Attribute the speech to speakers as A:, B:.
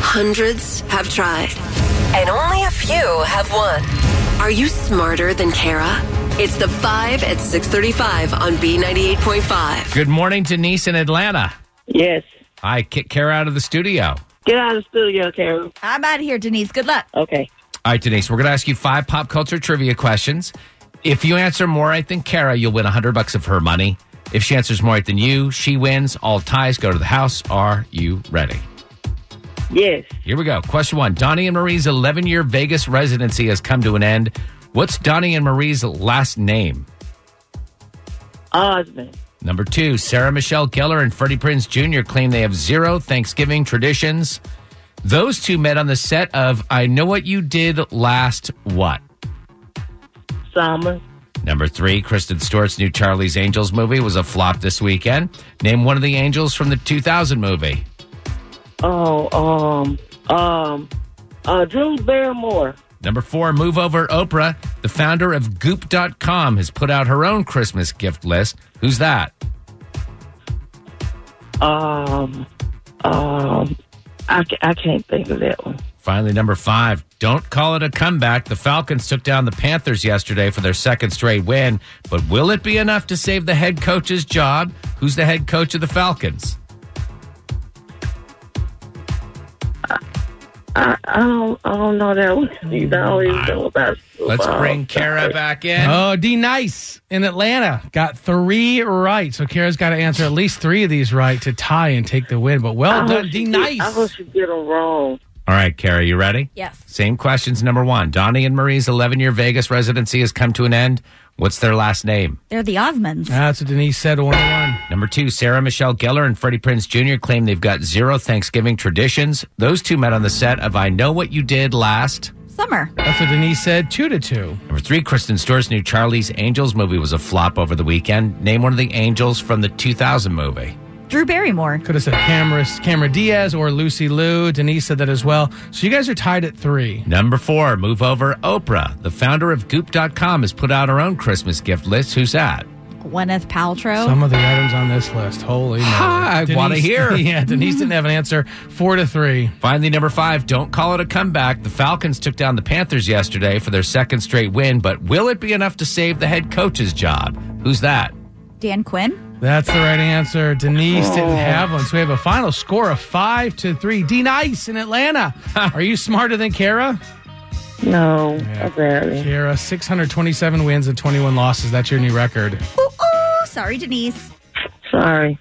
A: Hundreds have tried.
B: and only a few have won.
A: Are you smarter than Kara? It's the 5 at 635 on B98.5.
C: Good morning, Denise in Atlanta.
D: Yes.
C: I kick Kara out of the studio.
D: Get out of the studio, Carol.
E: I'm out of here, Denise. Good luck.
D: Okay.
C: All right, Denise, we're going to ask you five pop culture trivia questions. If you answer more right than Kara, you'll win 100 bucks of her money. If she answers more right than you, she wins. All ties go to the house. Are you ready?
D: Yes.
C: Here we go. Question one Donnie and Marie's 11 year Vegas residency has come to an end. What's Donnie and Marie's last name?
D: Osmond.
C: Number two, Sarah Michelle Gellar and Freddie Prinz Jr. claim they have zero Thanksgiving traditions. Those two met on the set of I Know What You Did Last What?
D: Summer.
C: Number three, Kristen Stewart's new Charlie's Angels movie was a flop this weekend. Name one of the angels from the 2000 movie.
D: Oh, um, um, uh, Drew Barrymore.
C: Number four, Move Over Oprah, the founder of Goop.com, has put out her own Christmas gift list. Who's that?
D: Um, um, I, ca- I can't think of that one.
C: Finally, number five, don't call it a comeback. The Falcons took down the Panthers yesterday for their second straight win, but will it be enough to save the head coach's job? Who's the head coach of the Falcons?
D: I, I don't, I don't know that one. You always know about.
C: Mm. Let's
D: football.
C: bring Kara back in.
F: Oh, D Nice in Atlanta got three right. So Kara's got to answer at least three of these right to tie and take the win. But
D: I
F: well
D: hope
F: done,
D: she
F: D
D: get- I
F: Nice.
D: hope she get them wrong.
C: All right, Kara, you ready?
E: Yes.
C: Same questions. Number one, Donnie and Marie's 11 year Vegas residency has come to an end. What's their last name?
E: They're the Osmonds.
F: That's what Denise said. One on one.
C: Number two, Sarah Michelle Gellar and Freddie Prinz Jr. claim they've got zero Thanksgiving traditions. Those two met on the set of I Know What You Did Last.
E: Summer.
F: That's what Denise said. Two to two.
C: Number three, Kristen Stewart's new Charlie's Angels movie was a flop over the weekend. Name one of the angels from the 2000 movie.
E: Drew Barrymore.
F: Could have said Camera, Camera Diaz or Lucy Liu. Denise said that as well. So you guys are tied at three.
C: Number four, move over Oprah. The founder of Goop.com has put out her own Christmas gift list. Who's that?
E: Gwyneth Paltrow.
F: Some of the items on this list. Holy moly.
C: I wanna
F: Denise-
C: hear.
F: yeah, Denise didn't have an answer. Four to three.
C: Finally, number five, don't call it a comeback. The Falcons took down the Panthers yesterday for their second straight win, but will it be enough to save the head coach's job? Who's that?
E: Dan Quinn.
F: That's the right answer. Denise didn't have one. So we have a final score of five to three. D Nice in Atlanta. Are you smarter than Kara?
D: No, apparently.
F: Kara, 627 wins and 21 losses. That's your new record.
E: Ooh, ooh. Sorry, Denise.
D: Sorry.